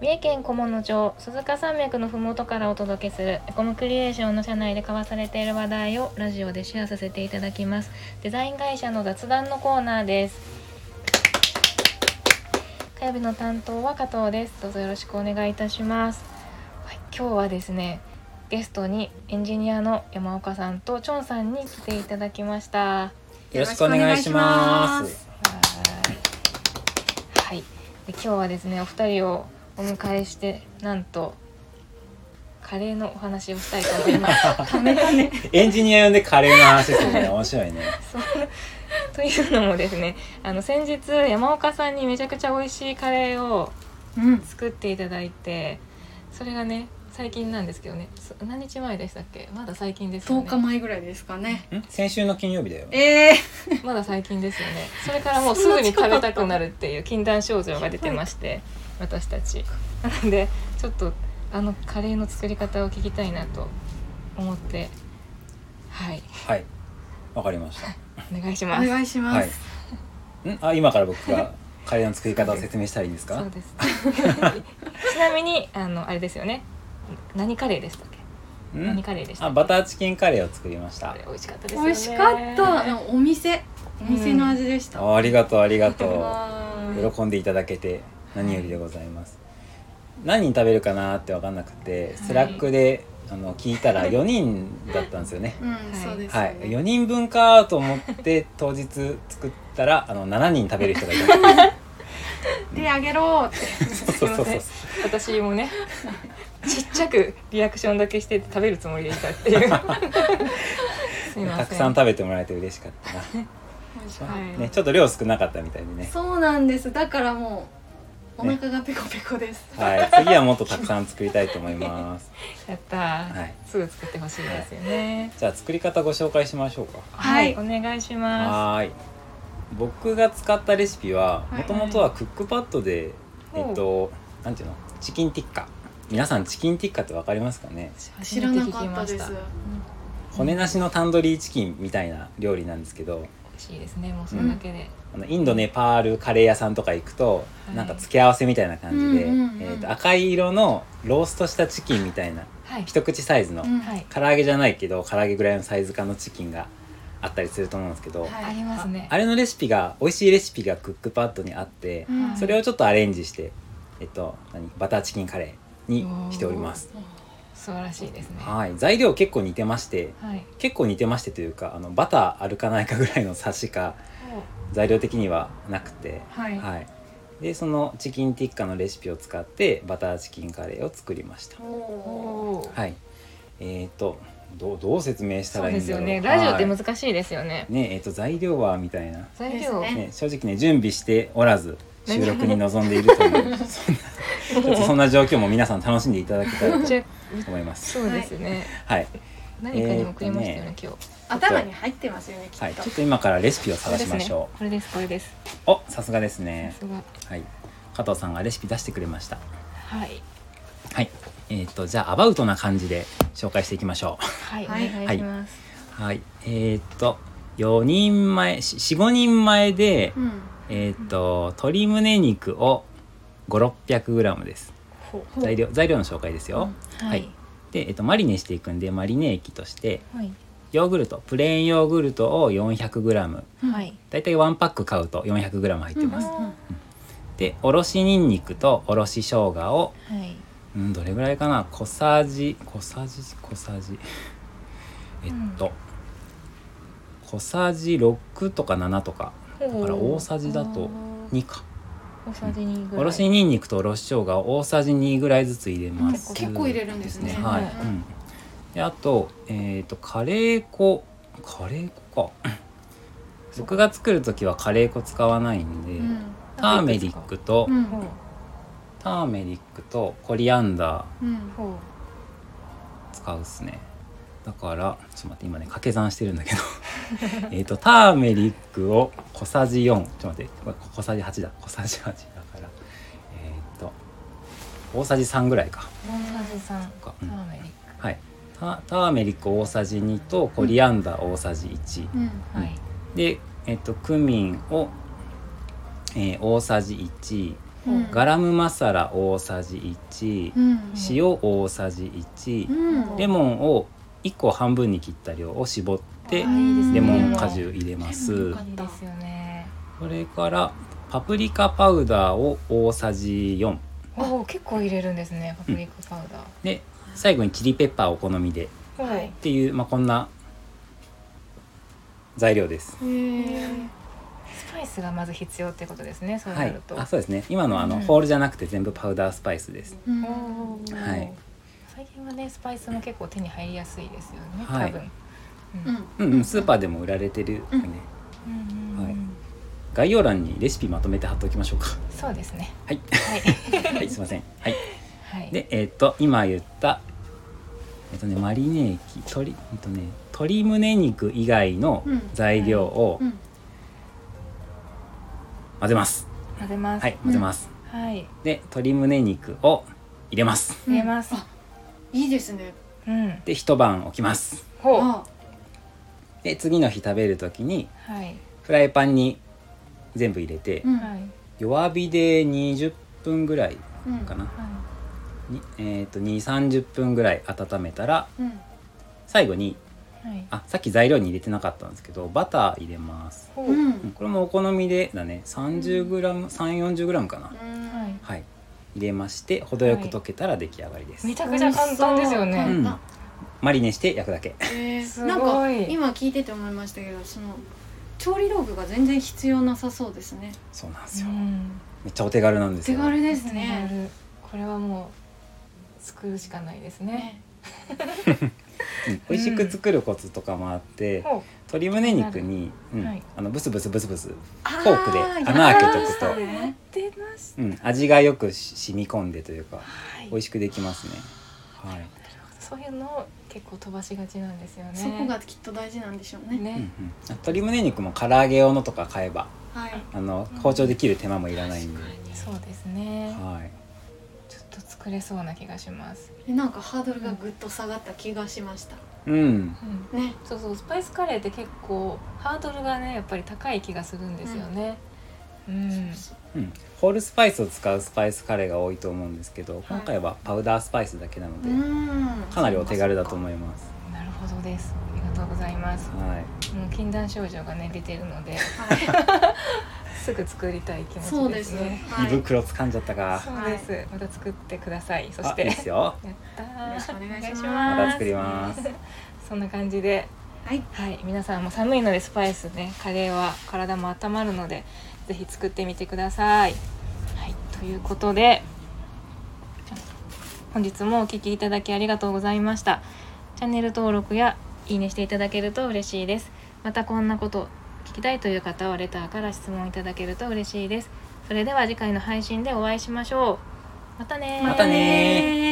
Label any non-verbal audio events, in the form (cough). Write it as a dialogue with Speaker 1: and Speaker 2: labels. Speaker 1: 重県小物町鈴鹿山脈のふもとからお届けするエコムクリエーションの社内で交わされている話題をラジオでシェアさせていただきますデザイン会社の雑談のコーナーです火曜日の担当は加藤ですどうぞよろしくお願いいたします、はい、今日はですねゲストにエンジニアの山岡さんとチョンさんに来ていただきました
Speaker 2: よろしくお願いしま
Speaker 1: はい
Speaker 2: す。
Speaker 1: はいで今日はですねお二人をお迎えしてなんとカレーのお話をしたいと思います
Speaker 3: (laughs)
Speaker 2: エンジニア呼んでカレーの話するね。面白いね。
Speaker 1: そうというのもですねあの先日山岡さんにめちゃくちゃ美味しいカレーを
Speaker 3: うん、
Speaker 1: 作っていただいてそれがね最近なんですけどねそ何日前でしたっけまだ最近ですよ
Speaker 3: 10
Speaker 1: ね
Speaker 3: 日前ぐらいですかね。
Speaker 2: ん先週の金曜日だよ。
Speaker 3: ええ
Speaker 1: まだ最近ですよねそれからもうすぐに食べたくなるっていう禁断症状が出てまして私たちなのでちょっとあのカレーの作り方を聞きたいなと思ってはい
Speaker 2: はい。わかりました。
Speaker 1: お願いし
Speaker 3: お
Speaker 1: ます
Speaker 3: 願いします。
Speaker 2: はい。んあ今から僕がカレーの作り方を説明したらいいんです
Speaker 1: そ
Speaker 2: か
Speaker 1: う。です (laughs) ちなみにあのあれですよね何カレーでしたっけ
Speaker 2: ん
Speaker 1: 何カレーでした
Speaker 2: あ
Speaker 1: っ
Speaker 2: バターチキンカレーを作りまし
Speaker 1: けあ
Speaker 2: た
Speaker 1: れ。美味しかったですよね
Speaker 3: 美味しかった。あのお店、お店の味でした。
Speaker 2: あありがとうありがと
Speaker 3: わー
Speaker 2: う。喜んでいただけて何よりでございます。何人食べるかなって分かんなくて、スラックで、あの聞いたら4人だったんですよね。
Speaker 3: うん、
Speaker 1: い
Speaker 3: そうです、ね。
Speaker 2: はい、4人分かと思って当日作ったらあの7人食べる人がいたんで
Speaker 3: 手あげろーって。
Speaker 2: (laughs) すそうそうそうそう
Speaker 1: 私もねちっちゃくリアクションだけして食べるつもりでいた
Speaker 2: (laughs)
Speaker 1: っていうすいません
Speaker 2: たくさん食べてもらえて嬉しかったな、
Speaker 3: 美味しかっ
Speaker 1: はい
Speaker 2: ね、ちょっと量少なかったみたいで
Speaker 3: た
Speaker 2: ね、
Speaker 3: そうなんです。だからもうお腹がペコペコです。
Speaker 2: はい、次はもっとたくさん作りたいと思います
Speaker 1: やったー、
Speaker 2: はい
Speaker 1: すぐ作ってほしいですよね。
Speaker 2: じゃあ作り方ご紹介しましょうか
Speaker 3: はい
Speaker 1: お願いしま
Speaker 2: はーい僕が使ったレシピはもともとはクックパッドで、
Speaker 1: はい
Speaker 2: えっとなんていうのチキンティッカ皆さんチキンティッカってわかりますかね
Speaker 1: す。
Speaker 3: 知らなかったです。
Speaker 2: 骨なしのタンドリーチキンみたいな料理なんですけど
Speaker 1: 美味しいですね。もうそれだけで。
Speaker 2: あのインドネパールカレー屋さんとか行くと、
Speaker 1: はい
Speaker 2: なんか付け合わせみたいな感じで、
Speaker 3: うんうんうん
Speaker 2: えーと赤い色のローストしたチキンみたいな
Speaker 1: はい。
Speaker 2: 一口サイズの、
Speaker 3: うん
Speaker 1: はい。
Speaker 2: 唐揚げじゃないけど唐揚げぐらいのサイズ感のチキンがあったりすると思うんですけど、
Speaker 3: はい
Speaker 1: ありますね。
Speaker 2: あれのレシピが美味しいレシピがクックパッドにあって、
Speaker 3: うん
Speaker 2: それをちょっとアレンジして、えっと何バターチキンカレーにしております。
Speaker 1: 素晴らしいですね。は
Speaker 2: はい材料結構似てまして
Speaker 1: い。
Speaker 2: 結構似てましてというかあのバターあるかないかぐらいの差しか材料的にはなくて。
Speaker 3: はい。
Speaker 2: はい、でそのチキンティッカのレシピを使ってバターチキンカレーを作りました
Speaker 3: お
Speaker 1: お
Speaker 3: お
Speaker 1: おー。
Speaker 2: はいえっ、とどうどう説明した
Speaker 1: そ
Speaker 2: ら
Speaker 1: う
Speaker 2: いい
Speaker 1: で
Speaker 2: ん
Speaker 1: す
Speaker 2: だろ
Speaker 1: よ
Speaker 2: う
Speaker 1: ね。ラジオって
Speaker 2: はい
Speaker 1: 難しいですよね。
Speaker 2: ねえー、と材料はみたいな、
Speaker 1: 材料。
Speaker 3: ですね
Speaker 2: ね、正直ね準備しておらず収録に臨んでいるとい
Speaker 1: (laughs)
Speaker 2: うそんなちょっとそんな状況も皆さん楽しんでいただけ
Speaker 1: (laughs)
Speaker 2: たら
Speaker 1: めっちゃ
Speaker 2: と思います
Speaker 1: そうですね。
Speaker 2: はい、
Speaker 1: 何かにも食いましたよね、今
Speaker 3: 頭に入ってますよねきっと。
Speaker 2: はい、ちょっと今からレシピを
Speaker 1: 日。
Speaker 2: 探しましょ
Speaker 1: これですね。これです。
Speaker 2: うおさすがです
Speaker 1: これで
Speaker 2: ね
Speaker 1: す。すごい。
Speaker 2: はい加藤さんがレシピ出してくれました
Speaker 1: はい。
Speaker 2: はいえっ、とじゃあアバウトな感じで紹介していきましょう
Speaker 1: はい。
Speaker 3: はい
Speaker 1: お願いします。
Speaker 2: はい、えーっと4人前45人前で、
Speaker 3: うん。
Speaker 2: えーっと鶏胸肉を5600グラムです
Speaker 1: ほう
Speaker 2: 材料材料の紹介ですよ、
Speaker 1: は
Speaker 2: はいい。で、えっとマリネしていくんでマリネ液として
Speaker 1: はい。
Speaker 2: ヨーグルトプレーンヨーグルトを400グラム
Speaker 1: はい。
Speaker 2: だいたい1パック買うと400グラム入ってます、
Speaker 1: うん
Speaker 2: でおろしにんにくとおろし生姜を
Speaker 1: はい。
Speaker 2: うんどれぐらいかな小さじ小さじ小さじえっと、小さじ6とか7とか
Speaker 1: だ
Speaker 2: だから大さじだと2か
Speaker 1: 大さじ2ぐらい
Speaker 2: おろしにんにくとおろし生姜を大さじ2ぐらいずつ入れます
Speaker 1: うん
Speaker 3: 結構入れるんですね
Speaker 2: はい、
Speaker 3: うん
Speaker 2: うんであとえっ、とカレー粉カレー粉か僕が作る時はカレー粉使わないんで、
Speaker 3: うん。
Speaker 2: ターメリックと、
Speaker 3: うん
Speaker 1: ほう
Speaker 2: ターメリックとコリアンダー
Speaker 3: うん。
Speaker 1: ほう
Speaker 2: 使うっすねだからちょっと待って今ね掛け算してるんだけど (laughs) えっとターメリックを小さじ4ちょっと待ってこれ小さじ8だ小さじ8だからえっ、と大さじ3ぐらいか
Speaker 1: 大さじ3
Speaker 2: か
Speaker 1: ターメリッ
Speaker 2: はいタターメリック大さじ2とコリアンダー大さじ1、
Speaker 3: うん。
Speaker 1: クはい
Speaker 2: で、えっとクミンを、えー大さじ1
Speaker 3: うん
Speaker 2: ガラムマサラ大さじ1、
Speaker 3: うん
Speaker 2: 塩大さじ1、
Speaker 3: うん
Speaker 2: レモンを1個半分に切った量を絞って
Speaker 1: あいいですね
Speaker 2: レモン果汁入れま
Speaker 3: レモン
Speaker 2: す
Speaker 3: 果汁
Speaker 1: いいですよね
Speaker 2: それからパプリカパウダーを大さじ4
Speaker 1: おお結構入れるんですねパプリカパウダ
Speaker 2: で最後にチリペッパーお好みでっ
Speaker 1: ー、
Speaker 3: うん
Speaker 1: はい
Speaker 2: ていう、まあ、こんな材料です。
Speaker 1: スパイスがまず必要ってことですねそう
Speaker 2: は
Speaker 1: ないる、と、
Speaker 2: あそうですね今のあの、
Speaker 1: うん
Speaker 2: ホールじゃなくて全部パウダースパイスです。
Speaker 3: うん
Speaker 1: おー
Speaker 2: はい
Speaker 1: 最近はねスパイスも結構手に入りやすいですよね、
Speaker 2: はい
Speaker 1: 多分、
Speaker 3: う
Speaker 1: うん
Speaker 3: ん
Speaker 2: うんうん、スーパーでも売られてるよね、
Speaker 3: うん
Speaker 1: うんうんうん
Speaker 2: はい概要欄にレシピまとめて貼っておきましょうか。
Speaker 1: そうですね
Speaker 2: はい、
Speaker 1: はい
Speaker 2: (laughs) はい、すいません。はい、
Speaker 1: はい
Speaker 2: で、えっ、と、今言った。えっ、とね、マリネ液、鶏、えっとね、鶏胸肉以外の
Speaker 3: うん
Speaker 2: 材料を
Speaker 3: うん
Speaker 2: 混ぜます。
Speaker 1: 混ぜます
Speaker 2: はい、混ぜます。
Speaker 1: はい
Speaker 2: で、鶏胸肉を入れます。
Speaker 1: 入れます
Speaker 3: あいいですね
Speaker 1: うん
Speaker 2: で、一晩置きます。
Speaker 1: ほう
Speaker 3: あ
Speaker 2: で、次の日食べるときに、
Speaker 1: はい
Speaker 2: フライパンに全部入れて、
Speaker 3: うん
Speaker 1: はい
Speaker 2: 弱火で20分ぐらい
Speaker 3: うん
Speaker 2: かな。
Speaker 1: は
Speaker 2: にえっ、と、2、30分ぐらい温めたら、
Speaker 3: うん
Speaker 2: 最後に、
Speaker 1: いはい
Speaker 2: あ、さっき材料に入れてなかったんですけど、バター入れます。
Speaker 1: ほう、
Speaker 3: うん
Speaker 2: うんこれもお好みでだね 30g340g かな、
Speaker 1: は
Speaker 2: はい入れまして程よく溶けたら出来上がりです、
Speaker 1: いめちゃくちゃ簡単ですよ
Speaker 3: 美
Speaker 2: う
Speaker 3: 味
Speaker 1: ね
Speaker 3: し
Speaker 2: ん、マリネして焼くだけ
Speaker 3: え
Speaker 1: す
Speaker 3: ー、
Speaker 1: ごい
Speaker 3: なんか今聞いてて思いましたけどその調理道具が全然必要なさそうですね
Speaker 2: そうなんです
Speaker 1: う
Speaker 2: よ、
Speaker 1: ん
Speaker 2: めっちゃお手軽なんです
Speaker 3: 手
Speaker 2: よ
Speaker 3: 軽で
Speaker 1: ですす
Speaker 3: ね
Speaker 1: ねこれはもう作るしかないですね
Speaker 3: ね
Speaker 2: うん美味しく作るコツとかもあって、
Speaker 1: ほう
Speaker 2: 鶏胸肉に、うん
Speaker 1: はい
Speaker 2: あのブスブスブスブス、
Speaker 3: フ
Speaker 2: フォークで穴開けとくと
Speaker 1: やってまし
Speaker 2: うん、味がよくし染み込んでというか
Speaker 1: たはい
Speaker 2: 美味しくできますねはい、
Speaker 1: そういうのを結構飛ばしがちなんですよね
Speaker 3: そこがきっと大事なんでしょうね
Speaker 1: ね、
Speaker 2: うんうん、鶏胸肉も唐揚げ用のとか買えば
Speaker 3: はい
Speaker 2: あの包丁で切る手間もいらないんで、
Speaker 1: そうですね
Speaker 2: はい
Speaker 1: ちょっと作れそうな気がします、
Speaker 3: えなんかハードルがぐっと下がった気がしました
Speaker 2: うん
Speaker 1: うん、
Speaker 3: ね
Speaker 1: そうそうスパイスカレーって結構ハードルがねやっぱり高い気がするんですよねうん、
Speaker 2: うん、ホールスパイスを使うスパイスカレーが多いと思うんですけど、
Speaker 3: い
Speaker 2: 今回はパウダースパイスだけなので、
Speaker 3: うん
Speaker 2: かなりお手軽だと
Speaker 3: い
Speaker 2: 思います。
Speaker 1: なるほどですありがとうございます
Speaker 2: は
Speaker 1: もう禁断症状がね出てるので
Speaker 3: ますはい
Speaker 1: すぐ作りたい気持
Speaker 3: そう
Speaker 1: ち
Speaker 3: で
Speaker 1: ですす
Speaker 3: ね
Speaker 1: ね
Speaker 2: (laughs) い、
Speaker 3: はい
Speaker 2: 胃袋掴んじゃったか。
Speaker 1: そうです、また作ってくださいそし
Speaker 2: あ、
Speaker 1: て
Speaker 2: いいですよ。
Speaker 1: (laughs) やったー
Speaker 3: よろしくお願いします
Speaker 2: また作ります。
Speaker 1: そんな感じで
Speaker 3: はい
Speaker 1: はい、皆さんも寒いのでスパイスねカレーは体も温まるのでぜひ作ってみてください。はい、ということで本日もお聴きいただきありがとうございました。チャンネル登録やいいねしていただけると嬉しいです。またこんなこと聞きたいという方はレターから質問いただけると嬉しいです。それでは次回の配信でお会いしましょう。またねー
Speaker 2: またねー